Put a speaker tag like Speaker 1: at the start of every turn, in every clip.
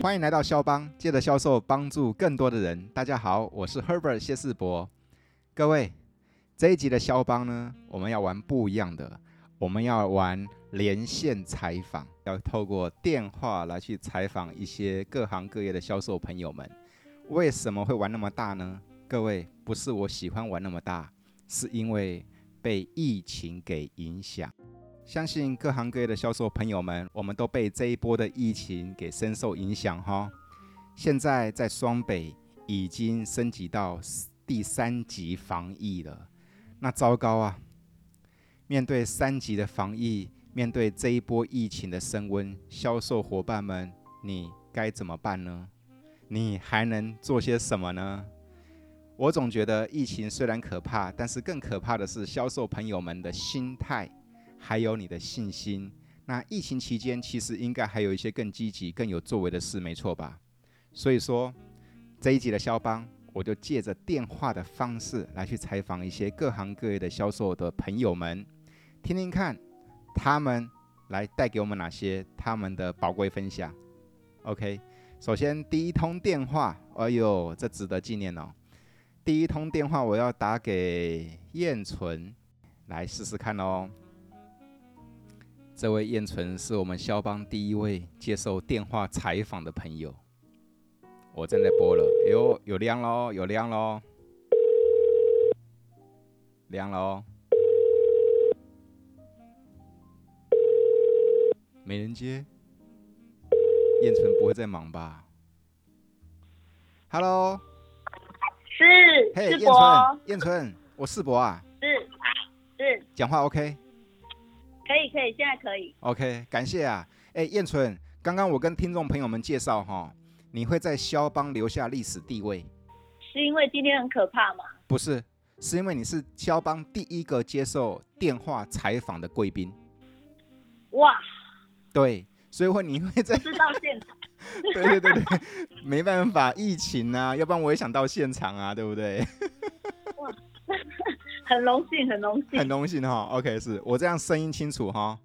Speaker 1: 欢迎来到肖邦，借着销售帮助更多的人。大家好，我是 Herbert 谢世博。各位，这一集的肖邦呢，我们要玩不一样的，我们要玩连线采访，要透过电话来去采访一些各行各业的销售朋友们。为什么会玩那么大呢？各位，不是我喜欢玩那么大，是因为被疫情给影响。相信各行各业的销售朋友们，我们都被这一波的疫情给深受影响哈、现在在双北已经升级到第三级防疫了，那糟糕啊！面对三级的防疫，面对这一波疫情的升温，销售伙伴们，你该怎么办呢？你还能做些什么呢？我总觉得疫情虽然可怕，但是更可怕的是销售朋友们的心态。还有你的信心。那疫情期间，其实应该还有一些更积极、更有作为的事，没错吧？所以说，这一集的肖邦，我就借着电话的方式来去采访一些各行各业的销售的朋友们，听听看他们来带给我们哪些他们的宝贵分享。OK，首先第一通电话，哎呦，这值得纪念哦。第一通电话我要打给燕纯，来试试看哦。这位燕纯是我们肖邦第一位接受电话采访的朋友。我正在播了，哎呦，有亮喽，有亮喽，亮喽，没人接。燕纯不会在忙吧？Hello，
Speaker 2: 是
Speaker 1: 嘿、
Speaker 2: 世
Speaker 1: 燕
Speaker 2: 博
Speaker 1: 纯，，燕纯，我世博啊，
Speaker 2: 是是，
Speaker 1: 讲话 OK。
Speaker 2: 可以可以，现在可以。
Speaker 1: OK，感谢啊。哎，燕纯，刚刚我跟听众朋友们介绍哈、你会在肖邦留下历史地位，
Speaker 2: 是因为今天很可怕 吗？
Speaker 1: 不是？是因为你是肖邦第一个接受电话采访的贵宾，
Speaker 2: 哇，
Speaker 1: 对，所以会你会在
Speaker 2: 是到现场。
Speaker 1: 对对对对，没办法，疫情啊，要不然我也想到现场啊，对不对？
Speaker 2: 很荣幸，很荣幸
Speaker 1: 很，荣幸哈、OK，是我这样声音清楚哈、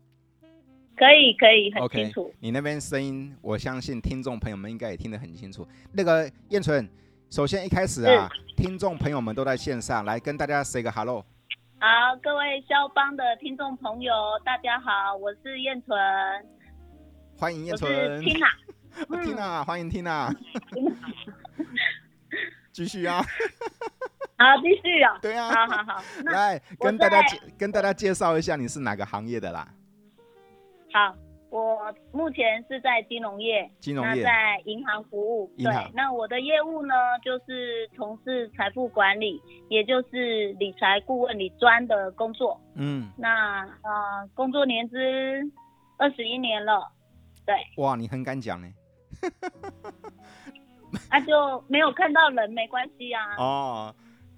Speaker 2: 可以可以，很
Speaker 1: OK，
Speaker 2: 清楚。
Speaker 1: 你那边声音，我相信听众朋友们应该也听得很清楚。那个燕纯，首先一开始啊，
Speaker 2: 嗯
Speaker 1: 听众朋友们都在线上，来跟大家 say 个 hello。
Speaker 2: 好，各位肖邦的听众朋友，大家好，我是燕纯，
Speaker 1: 欢迎燕
Speaker 2: 我是
Speaker 1: 纯，
Speaker 2: Tina，
Speaker 1: 哦
Speaker 2: 嗯
Speaker 1: Tina，欢迎 Tina，继续啊，
Speaker 2: 好，继续哦。
Speaker 1: 对啊，
Speaker 2: 好好好，那
Speaker 1: 来
Speaker 2: 我
Speaker 1: 跟大家
Speaker 2: 在
Speaker 1: 介跟大家介绍一下你是哪个行业的啦？
Speaker 2: 好，我目前是在金融业，
Speaker 1: 金融
Speaker 2: 那
Speaker 1: 业，
Speaker 2: 在银行服务，
Speaker 1: 银
Speaker 2: 对
Speaker 1: 行，
Speaker 2: 那我的业务呢，就是从事财富管理，也就是理财顾问、理专的工作。
Speaker 1: 嗯，
Speaker 2: 那呃，工作年资二十一年了，对，
Speaker 1: 哇，你很敢讲呢。
Speaker 2: 那、啊就没有看到人没关系啊。
Speaker 1: 哦，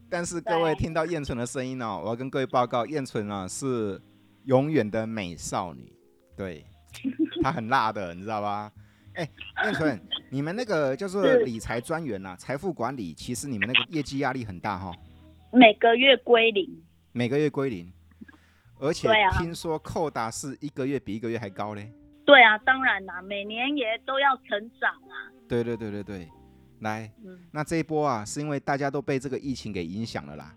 Speaker 1: 但是各位
Speaker 2: 对
Speaker 1: 听到燕纯的声音哦，我要跟各位报告，燕纯啊是永远的美少女， 对，她很辣的，你知道吧？哎，燕 纯，你们那个叫做
Speaker 2: 是
Speaker 1: 理财专员呐、啊财富管理，其实你们那个业绩压力很大哈、
Speaker 2: 每个月归零，
Speaker 1: 每个月归零，而且
Speaker 2: 对啊
Speaker 1: 听说扣打是一个月比一个月还高嘞。
Speaker 2: 对啊，当然啦，每年也都要成长啊。
Speaker 1: 对对对对对，来，
Speaker 2: 嗯，
Speaker 1: 那这一波啊，是因为大家都被这个疫情给影响了啦，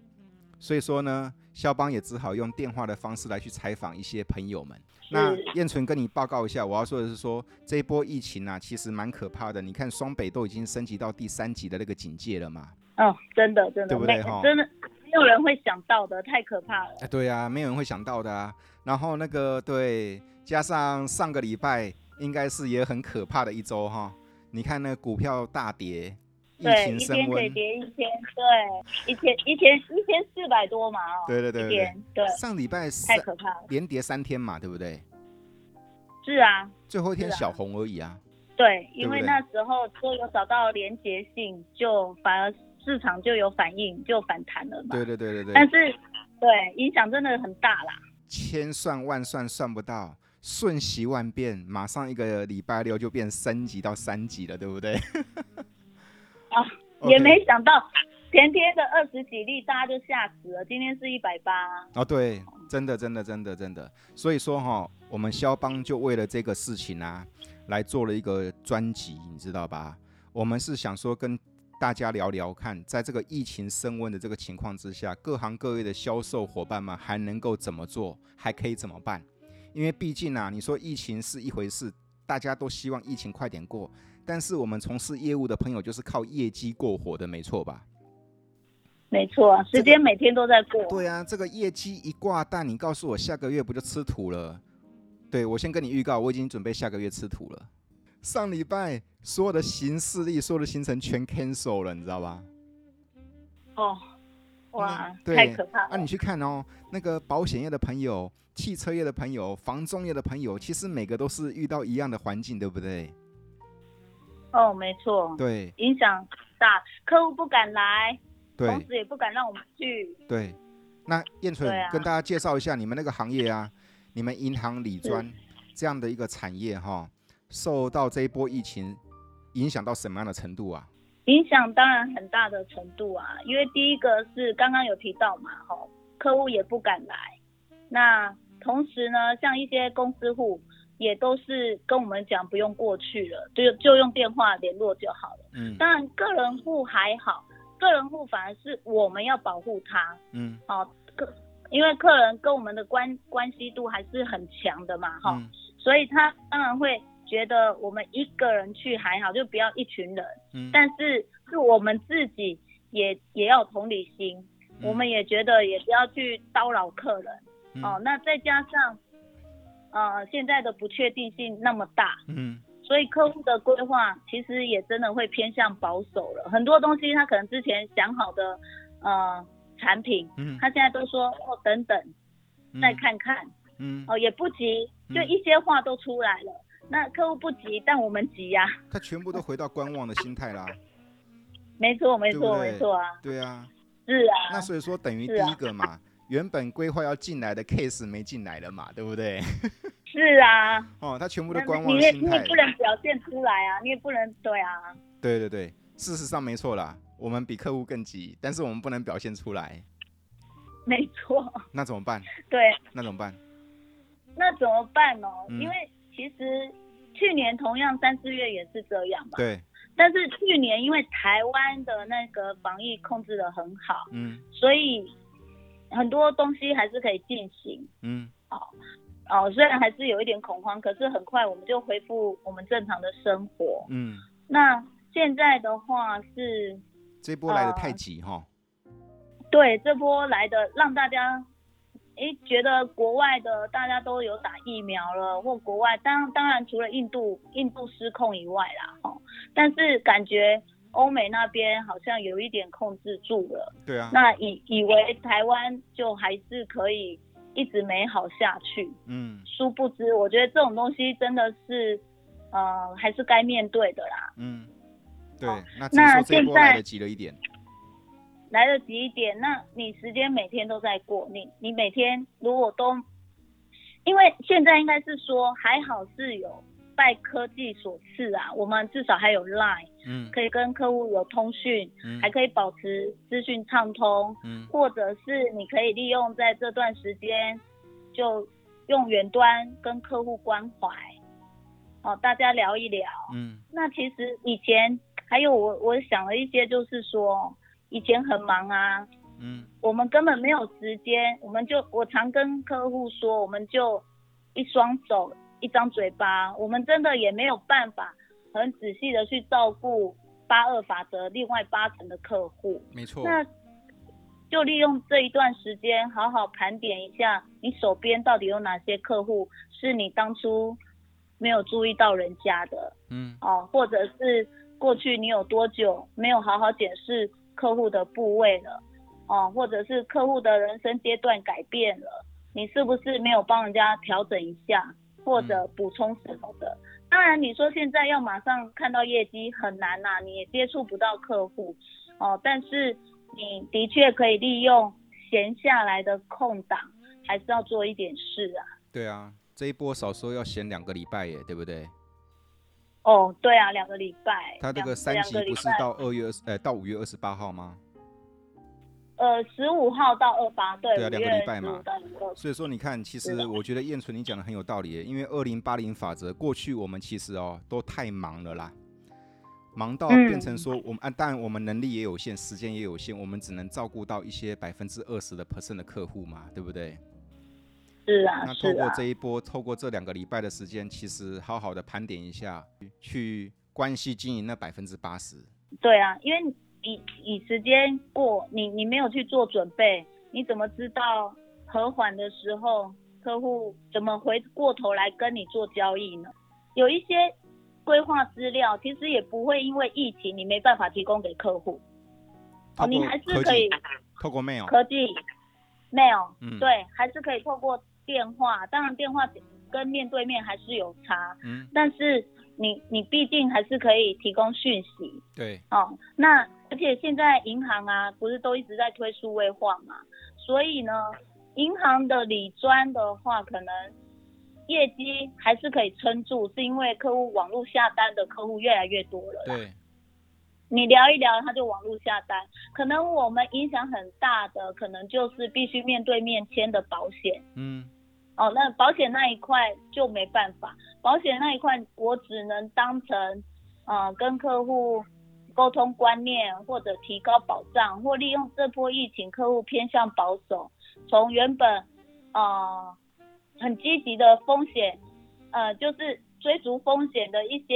Speaker 1: 所以说呢，肖邦也只好用电话的方式来去采访一些朋友们。那燕纯跟你报告一下，我要说的是说，这一波疫情啊，其实蛮可怕的。你看双北都已经升级到第三级的那个警戒了嘛？
Speaker 2: 哦，真的真的，
Speaker 1: 对不对哦
Speaker 2: 每
Speaker 1: 哈
Speaker 2: 真的没有人会想到的，太可怕了。
Speaker 1: 哎，对啊，没有人会想到的啊。然后那个对，加上上个礼拜应该是也很可怕的一周哈。你看那个股票大跌，疫
Speaker 2: 对，
Speaker 1: 情
Speaker 2: 一
Speaker 1: 升
Speaker 2: 天可以
Speaker 1: 温，
Speaker 2: 跌一千，对，一千一千一千四百多嘛哦，
Speaker 1: 对对对
Speaker 2: 一
Speaker 1: 对对，
Speaker 2: 天，对，
Speaker 1: 上礼拜三
Speaker 2: 太可怕了。
Speaker 1: 连跌三天嘛，对不对？
Speaker 2: 是啊，
Speaker 1: 最后一天
Speaker 2: 是啊
Speaker 1: 小红而已啊。
Speaker 2: 对，
Speaker 1: 对
Speaker 2: 因
Speaker 1: 不
Speaker 2: 为
Speaker 1: 对
Speaker 2: 那时候都有找到连结性，就反而市场就有反应，就反弹了嘛。
Speaker 1: 对对对对
Speaker 2: 啊但
Speaker 1: 对，
Speaker 2: 是，对影响真的很大啦。
Speaker 1: 千算万算算不到，瞬息万变，马上一个礼拜六就变升级到三级了，对不对？
Speaker 2: 啊
Speaker 1: OK，
Speaker 2: 也没想到前天的二十几例大家就吓死了，今天是一百八，
Speaker 1: 哦，对真的，真的，真的，真的。所以说哈、我们肖邦就为了这个事情啊，来做了一个专辑，你知道吧？我们是想说跟大家聊聊看，在这个疫情升温的这个情况之下，各行各业的销售伙伴们还能够怎么做，还可以怎么办？因为毕竟啊，你说疫情是一回事，大家都希望疫情快点过，但是我们从事业务的朋友就是靠业绩过活的，没错吧？
Speaker 2: 没错，
Speaker 1: 这个
Speaker 2: 时间每天都在过。
Speaker 1: 对啊，这个业绩一挂蛋，你告诉我下个月不就吃土了？对我先跟你预告，我已经准备下个月吃土了。上礼拜所有的行事历、所有的行程全 cancel 了，你知道吧？
Speaker 2: 哦，哇
Speaker 1: 那，对
Speaker 2: 太可怕
Speaker 1: 啊，
Speaker 2: 了
Speaker 1: 你！去看哦，那个保险业的朋友、汽车业的朋友、房仲业的朋友，其实每个都是遇到一样的环境，对不对？
Speaker 2: 哦，没错，
Speaker 1: 对
Speaker 2: 影响大，客户不敢来，公
Speaker 1: 对
Speaker 2: 司也不敢让我们去。
Speaker 1: 对。那燕纯、
Speaker 2: 对啊
Speaker 1: 跟大家介绍一下你们那个行业啊，你们银行、理专这样的一个产业哈、受到这一波疫情影响到什么样的程度啊？
Speaker 2: 影响当然很大的程度啊，因为第一个是刚刚有提到嘛，吼，客户也不敢来。那同时呢，像一些公司户也都是跟我们讲不用过去了，就就用电话联络就好了。
Speaker 1: 嗯
Speaker 2: 当然个人户还好，个人户反而是我们要保护他
Speaker 1: 嗯
Speaker 2: 哦，客因为客人跟我们的关关系度还是很强的嘛，哈、
Speaker 1: 嗯
Speaker 2: 所以他当然会觉得我们一个人去还好，就不要一群人。
Speaker 1: 嗯，
Speaker 2: 但是是我们自己也也要有同理心，
Speaker 1: 嗯
Speaker 2: 我们也觉得也不要去叨扰客人、
Speaker 1: 嗯
Speaker 2: 哦。那再加上呃现在的不确定性那么大，
Speaker 1: 嗯
Speaker 2: 所以客户的规划其实也真的会偏向保守了。很多东西他可能之前想好的呃产品，
Speaker 1: 嗯，
Speaker 2: 他现在都说哦等等再看看、
Speaker 1: 嗯，嗯，
Speaker 2: 哦也不急，就
Speaker 1: 嗯
Speaker 2: 一些话都出来了。那客户不急，但我们急呀、
Speaker 1: 他全部都回到观望的心态啦。
Speaker 2: 没错，没
Speaker 1: 对不
Speaker 2: 错，
Speaker 1: 对
Speaker 2: 没错啊，
Speaker 1: 对啊，
Speaker 2: 是啊。
Speaker 1: 那所以说等于
Speaker 2: 是
Speaker 1: 第一
Speaker 2: 啊
Speaker 1: 个嘛，原本规划要进来的 case 没进来了嘛，对不对？
Speaker 2: 是啊，
Speaker 1: 哦，他全部都
Speaker 2: 那
Speaker 1: 观
Speaker 2: 你
Speaker 1: 望的
Speaker 2: 也
Speaker 1: 心
Speaker 2: 你
Speaker 1: 态
Speaker 2: 也。不能表现出来啊，你也不能对啊，
Speaker 1: 对对对，事实上没错啦，我们比客户更急，但是我们不能表现出来，
Speaker 2: 没错，
Speaker 1: 那怎么办？
Speaker 2: 对，
Speaker 1: 那怎 么办？
Speaker 2: 那怎么办哦？
Speaker 1: 嗯
Speaker 2: 因为其实去年同样三四月也是这样嘛，
Speaker 1: 对，
Speaker 2: 但是去年因为台湾的那个防疫控制的很好，
Speaker 1: 嗯
Speaker 2: 所以很多东西还是可以进行。
Speaker 1: 嗯
Speaker 2: 哦，虽然还是有一点恐慌，可是很快我们就恢复我们正常的生活。
Speaker 1: 嗯，
Speaker 2: 那现在的话是
Speaker 1: 这波来的
Speaker 2: 呃
Speaker 1: 太急哈。
Speaker 2: 对这波来的，让大家诶觉得国外的大家都有打疫苗了，或国外当当然除了印度印度失控以外啦，哦，但是感觉欧美那边好像有一点控制住了，
Speaker 1: 对啊，
Speaker 2: 那以以为台湾就还是可以一直美好下去，
Speaker 1: 嗯
Speaker 2: 殊不知我觉得这种东西真的是，呃，还是该面对的啦。
Speaker 1: 嗯，对
Speaker 2: 好，
Speaker 1: 那只是
Speaker 2: 哦那
Speaker 1: 说这一
Speaker 2: 现
Speaker 1: 波来
Speaker 2: 在
Speaker 1: 的急了一点。
Speaker 2: 来得及一点，那你时间每天都在过，你你每天如果都，因为现在应该是说还好是有拜科技所赐啊，我们至少还有 Line
Speaker 1: 嗯
Speaker 2: 可以跟客户有通讯，
Speaker 1: 嗯
Speaker 2: 还可以保持资讯畅通，
Speaker 1: 嗯
Speaker 2: 或者是你可以利用在这段时间就用远端跟客户关怀，哦，大家聊一聊。
Speaker 1: 嗯
Speaker 2: 那其实以前还有我我想了一些，就是说以前很忙啊，
Speaker 1: 嗯
Speaker 2: 我们根本没有时间，我们就我常跟客户说，我们就一双手一张嘴巴，我们真的也没有办法很仔细的去照顾八二法则另外八成的客户，
Speaker 1: 没错。
Speaker 2: 那就利用这一段时间，好好盘点一下你手边到底有哪些客户是你当初没有注意到人家的
Speaker 1: 嗯
Speaker 2: 哦，或者是过去你有多久没有好好检视客户的部位了，哦，或者是客户的人生阶段改变了，你是不是没有帮人家调整一下，或者
Speaker 1: 嗯
Speaker 2: 补充什么的？当然，你说现在要马上看到业绩很难呐、你也接触不到客户，哦，但是你的确可以利用闲下来的空档，还是要做一点事啊。
Speaker 1: 对啊，这一波少说要闲两个礼拜耶，对不对？
Speaker 2: 哦，对啊，两个礼拜，
Speaker 1: 他这
Speaker 2: 两
Speaker 1: 个三
Speaker 2: 两
Speaker 1: 级
Speaker 2: 个礼
Speaker 1: 不是
Speaker 2: 拜
Speaker 1: 到二月二十，呃，到五月二十八号吗？
Speaker 2: 呃，十五号到二八，对，
Speaker 1: 对啊
Speaker 2: 5
Speaker 1: 两个
Speaker 2: 月
Speaker 1: 礼拜嘛
Speaker 2: 15到25
Speaker 1: 所以说，你看，其
Speaker 2: 是
Speaker 1: 实
Speaker 2: 的
Speaker 1: 我觉得燕纯你讲的很有道理耶，因为二零八零法则过去我们其实哦都太忙了啦，忙到
Speaker 2: 嗯
Speaker 1: 变成说我们啊，当然我们能力也有限，时间也有限，我们只能照顾到一些百分之二十的 percent 的客户嘛，对不对？
Speaker 2: 是啊，
Speaker 1: 那
Speaker 2: 是
Speaker 1: 透过
Speaker 2: 啊，
Speaker 1: 这一波，透过这两个礼拜的时间，其实好好的盘点一下，去关系经营那百分之八十。
Speaker 2: 对啊，因为你你时间过，你你没有去做准备，你怎么知道和缓的时候客户怎么回过头来跟你做交易呢？有一些规划资料其实也不会因为疫情你没办法提供给客户，
Speaker 1: 透
Speaker 2: 哦，你
Speaker 1: 过
Speaker 2: 还是
Speaker 1: 科
Speaker 2: 可以
Speaker 1: 技，透过 mail，
Speaker 2: 科技 mail，、
Speaker 1: 嗯，，
Speaker 2: 对，还是可以透过电话，当然电话跟面对面还是有差，
Speaker 1: 嗯，
Speaker 2: 但是你你毕竟还是可以提供讯息，
Speaker 1: 对，
Speaker 2: 哦，那而且现在银行啊，不是都一直在推数位化嘛，所以呢，银行的理专的话，可能业绩还是可以撑住，是因为客户网络下单的客户越来越多了啦。
Speaker 1: 对，
Speaker 2: 你聊一聊，他就网络下单，可能我们影响很大的，可能就是必须面对面签的保险。
Speaker 1: 嗯，
Speaker 2: 哦，那保险那一块就没办法，保险那一块我只能当成，呃，跟客户沟通观念，或者提高保障，或利用这波疫情，客户偏向保守，从原本，呃，很积极的风险，呃，就是追逐风险的一些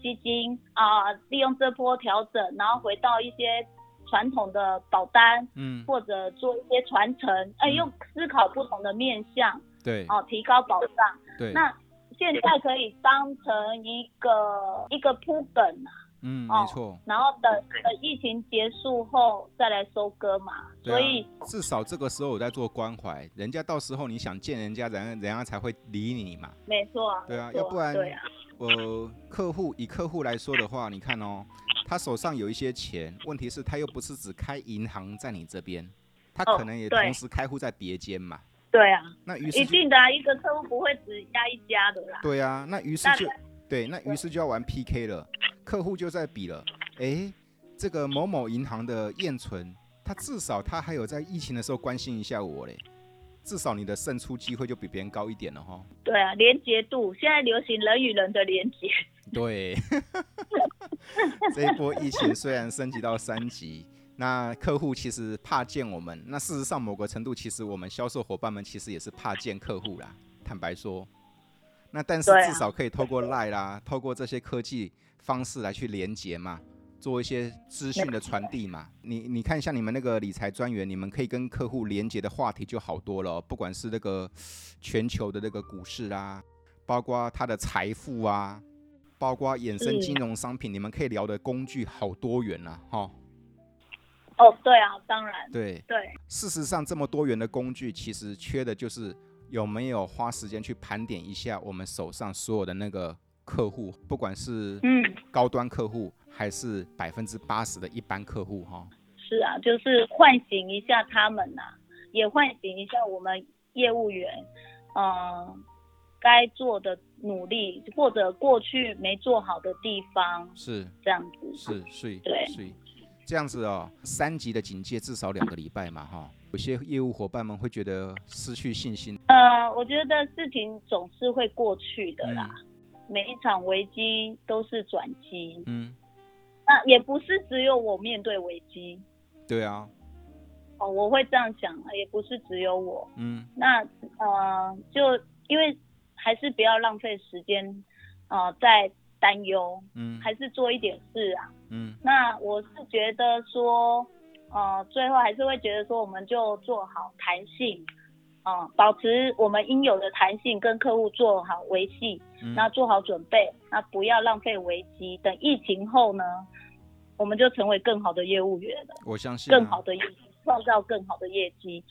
Speaker 2: 基金啊、利用这波调整，然后回到一些传统的保单，
Speaker 1: 嗯，
Speaker 2: 或者做一些传承，哎、
Speaker 1: 嗯
Speaker 2: 用思考不同的面向，
Speaker 1: 对，
Speaker 2: 哦，提高保障。
Speaker 1: 对，
Speaker 2: 那现在可以当成一个一个铺梗啊，
Speaker 1: 嗯，
Speaker 2: 哦
Speaker 1: 没错，
Speaker 2: 然后等等疫情结束后再来收割嘛。
Speaker 1: 对
Speaker 2: 所
Speaker 1: 啊
Speaker 2: 以，
Speaker 1: 至少这个时候我在做关怀，人家到时候你想见人家，人人家才会理你嘛。
Speaker 2: 没错啊，
Speaker 1: 对啊
Speaker 2: 没错
Speaker 1: 要不然
Speaker 2: 对啊，
Speaker 1: 呃，客户以客户来说的话，你看哦，他手上有一些钱，问题是他又不是只开银行在你这边，他
Speaker 2: 哦
Speaker 1: 可能也
Speaker 2: 对
Speaker 1: 同时开户在别间嘛。
Speaker 2: 对啊，
Speaker 1: 那于是
Speaker 2: 一
Speaker 1: 就
Speaker 2: 定的啊，一个客户不会只压一家的啦。
Speaker 1: 对啊，那于是
Speaker 2: 那
Speaker 1: 就对，那于是就要玩 PK 了，客户就在比了，诶，这个某某银行的验存，他至少他还有在疫情的时候关心一下我嘞，至少你的胜出机会就比别人高一点了哈。
Speaker 2: 对啊，连结度现在流行人与人的连结，
Speaker 1: 对，这一波疫情虽然升级到三级，那客户其实怕见我们，那事实上某个程度，其实我们销售伙伴们其实也是怕见客户啦。坦白说，那但是
Speaker 2: 对啊
Speaker 1: 至少可以透过 Line 啦，透过这些科技方式来去连接嘛。做一些资讯的传递嘛，你你看像你们那个理财专员，你们可以跟客户连接的话题就好多了哦、不管是那个全球的那个股市啊，包括他的财富啊，包括衍生
Speaker 2: 嗯
Speaker 1: 金融商品，你们可以聊的工具好多元啦、哈、
Speaker 2: 哦，对啊，当然，
Speaker 1: 对，
Speaker 2: 对，
Speaker 1: 事实上这么多元的工具，其实缺的就是有没有花时间去盘点一下我们手上所有的那个客户，不管是
Speaker 2: 嗯。
Speaker 1: 高端客户还是百分之八十的一般客户哈、
Speaker 2: 是啊，就是唤醒一下他们呐、也唤醒一下我们业务员，嗯、该做的努力或者过去没做好的地方，
Speaker 1: 是
Speaker 2: 这样子。
Speaker 1: 是是，
Speaker 2: 对
Speaker 1: 是这样子哦。三级的警戒至少两个礼拜嘛哈、有些业务伙伴们会觉得失去信心，
Speaker 2: 呃，我觉得事情总是会过去的
Speaker 1: 嗯
Speaker 2: 啦，每一场危机都是转机，
Speaker 1: 嗯，
Speaker 2: 那也不是只有我面对危机
Speaker 1: 对啊，
Speaker 2: 哦，我会这样想，也不是只有我，
Speaker 1: 嗯
Speaker 2: 那呃，就因为还是不要浪费时间，呃，在担忧，
Speaker 1: 嗯
Speaker 2: 还是做一点事啊。
Speaker 1: 嗯
Speaker 2: 那我是觉得说，呃，最后还是会觉得说，我们就做好弹性，啊、保持我们应有的弹性，跟客户做好维系，
Speaker 1: 嗯，
Speaker 2: 那做好准备，那不要浪费危机。等疫情后呢，我们就成为更好的业务员了，
Speaker 1: 我相信、啊、
Speaker 2: 更好的业绩，创造更好的业绩。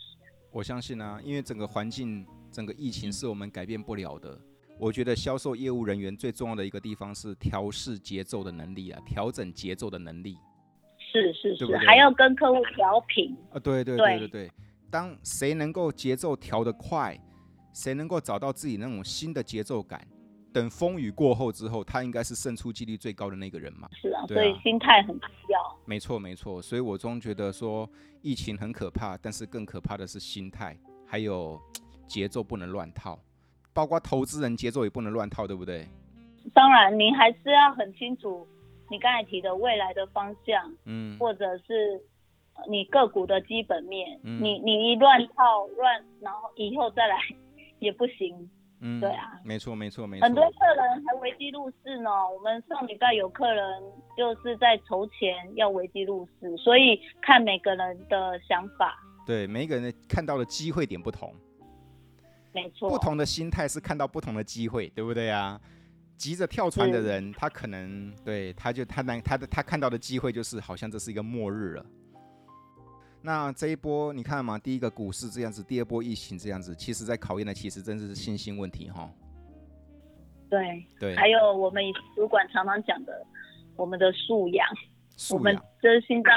Speaker 1: 我相信啊，因为整个环境、整个疫情是我们改变不了的。我觉得销售业务人员最重要的一个地方是调试节奏的能力啊，调整节奏的能力
Speaker 2: 是是
Speaker 1: 对
Speaker 2: 是，
Speaker 1: 不对
Speaker 2: 还要跟客户调频。
Speaker 1: 啊。对对对
Speaker 2: 对
Speaker 1: 对对，当谁能够节奏调得快，谁能够找到自己那种新的节奏感，等风雨过后之后，他应该是胜出几率最高的那个人嘛。
Speaker 2: 是啊，
Speaker 1: 对啊
Speaker 2: 所以心态很重要。
Speaker 1: 没错，没错。所以我终觉得说，疫情很可怕，但是更可怕的是心态，还有节奏不能乱套，包括投资人节奏也不能乱套，对不对？
Speaker 2: 当然，您还是要很清楚你刚才提的未来的方向，
Speaker 1: 嗯，
Speaker 2: 或者是呃你个股的基本面。
Speaker 1: 嗯
Speaker 2: 你你一乱套乱，然后以后再来也不行。
Speaker 1: 嗯，
Speaker 2: 对啊，
Speaker 1: 没错，没错，没错。
Speaker 2: 很多客人还危机入市呢。我们上礼拜有客人就是在筹钱要危机入市，所以看每个人的想法，
Speaker 1: 对每一个人的看到的机会点不同，
Speaker 2: 没错。
Speaker 1: 不同的心态是看到不同的机会，对不对啊？急着跳船的人，他可能对他就他难他的他看到的机会就是好像这是一个末日了。那这一波你看嘛，第一个股市这样子，第二波疫情这样子，其实在考验的其实真是信心问题哈。
Speaker 2: 对，
Speaker 1: 对，
Speaker 2: 还有我们以前主管常常讲的，我们的素养。我
Speaker 1: 素
Speaker 2: 们
Speaker 1: 养，
Speaker 2: 就是心脏，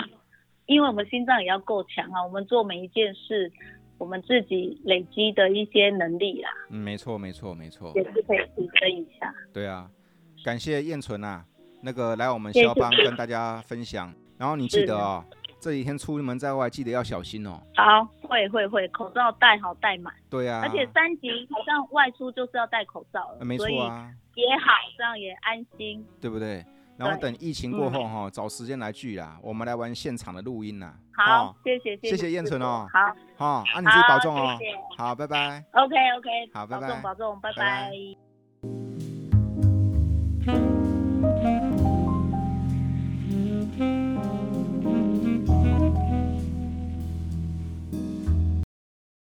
Speaker 2: 因为我们心脏也要够强啊。我们做每一件事，我们自己累积的一些能力啦，
Speaker 1: 嗯，没错，没错，没错
Speaker 2: 也，是可以提升一下。
Speaker 1: 对啊。感谢燕纯啊，那个来我们
Speaker 2: 谢谢
Speaker 1: 肖邦跟大家分享，然后你记得哦，这几天出门在外记得要小心哦。
Speaker 2: 好，会会会，口罩戴好戴满，
Speaker 1: 对啊，
Speaker 2: 而且三级好像外出就是要戴口罩了，
Speaker 1: 呃没
Speaker 2: 所
Speaker 1: 错
Speaker 2: 以
Speaker 1: 啊，
Speaker 2: 也好，这样也安心。
Speaker 1: 对不对？然后
Speaker 2: 对嗯
Speaker 1: 等疫情过后哈、找时间来聚啦，我们来玩现场的录音啦。
Speaker 2: 好，
Speaker 1: 哦
Speaker 2: 谢谢
Speaker 1: 谢
Speaker 2: 谢
Speaker 1: 谢燕纯哦
Speaker 2: 好
Speaker 1: 哈、啊你自己保重
Speaker 2: 好
Speaker 1: 哦。
Speaker 2: 谢谢
Speaker 1: 好，拜拜。
Speaker 2: ，OK OK，
Speaker 1: 好拜
Speaker 2: 保
Speaker 1: 拜
Speaker 2: 重保重，
Speaker 1: 拜拜
Speaker 2: 拜拜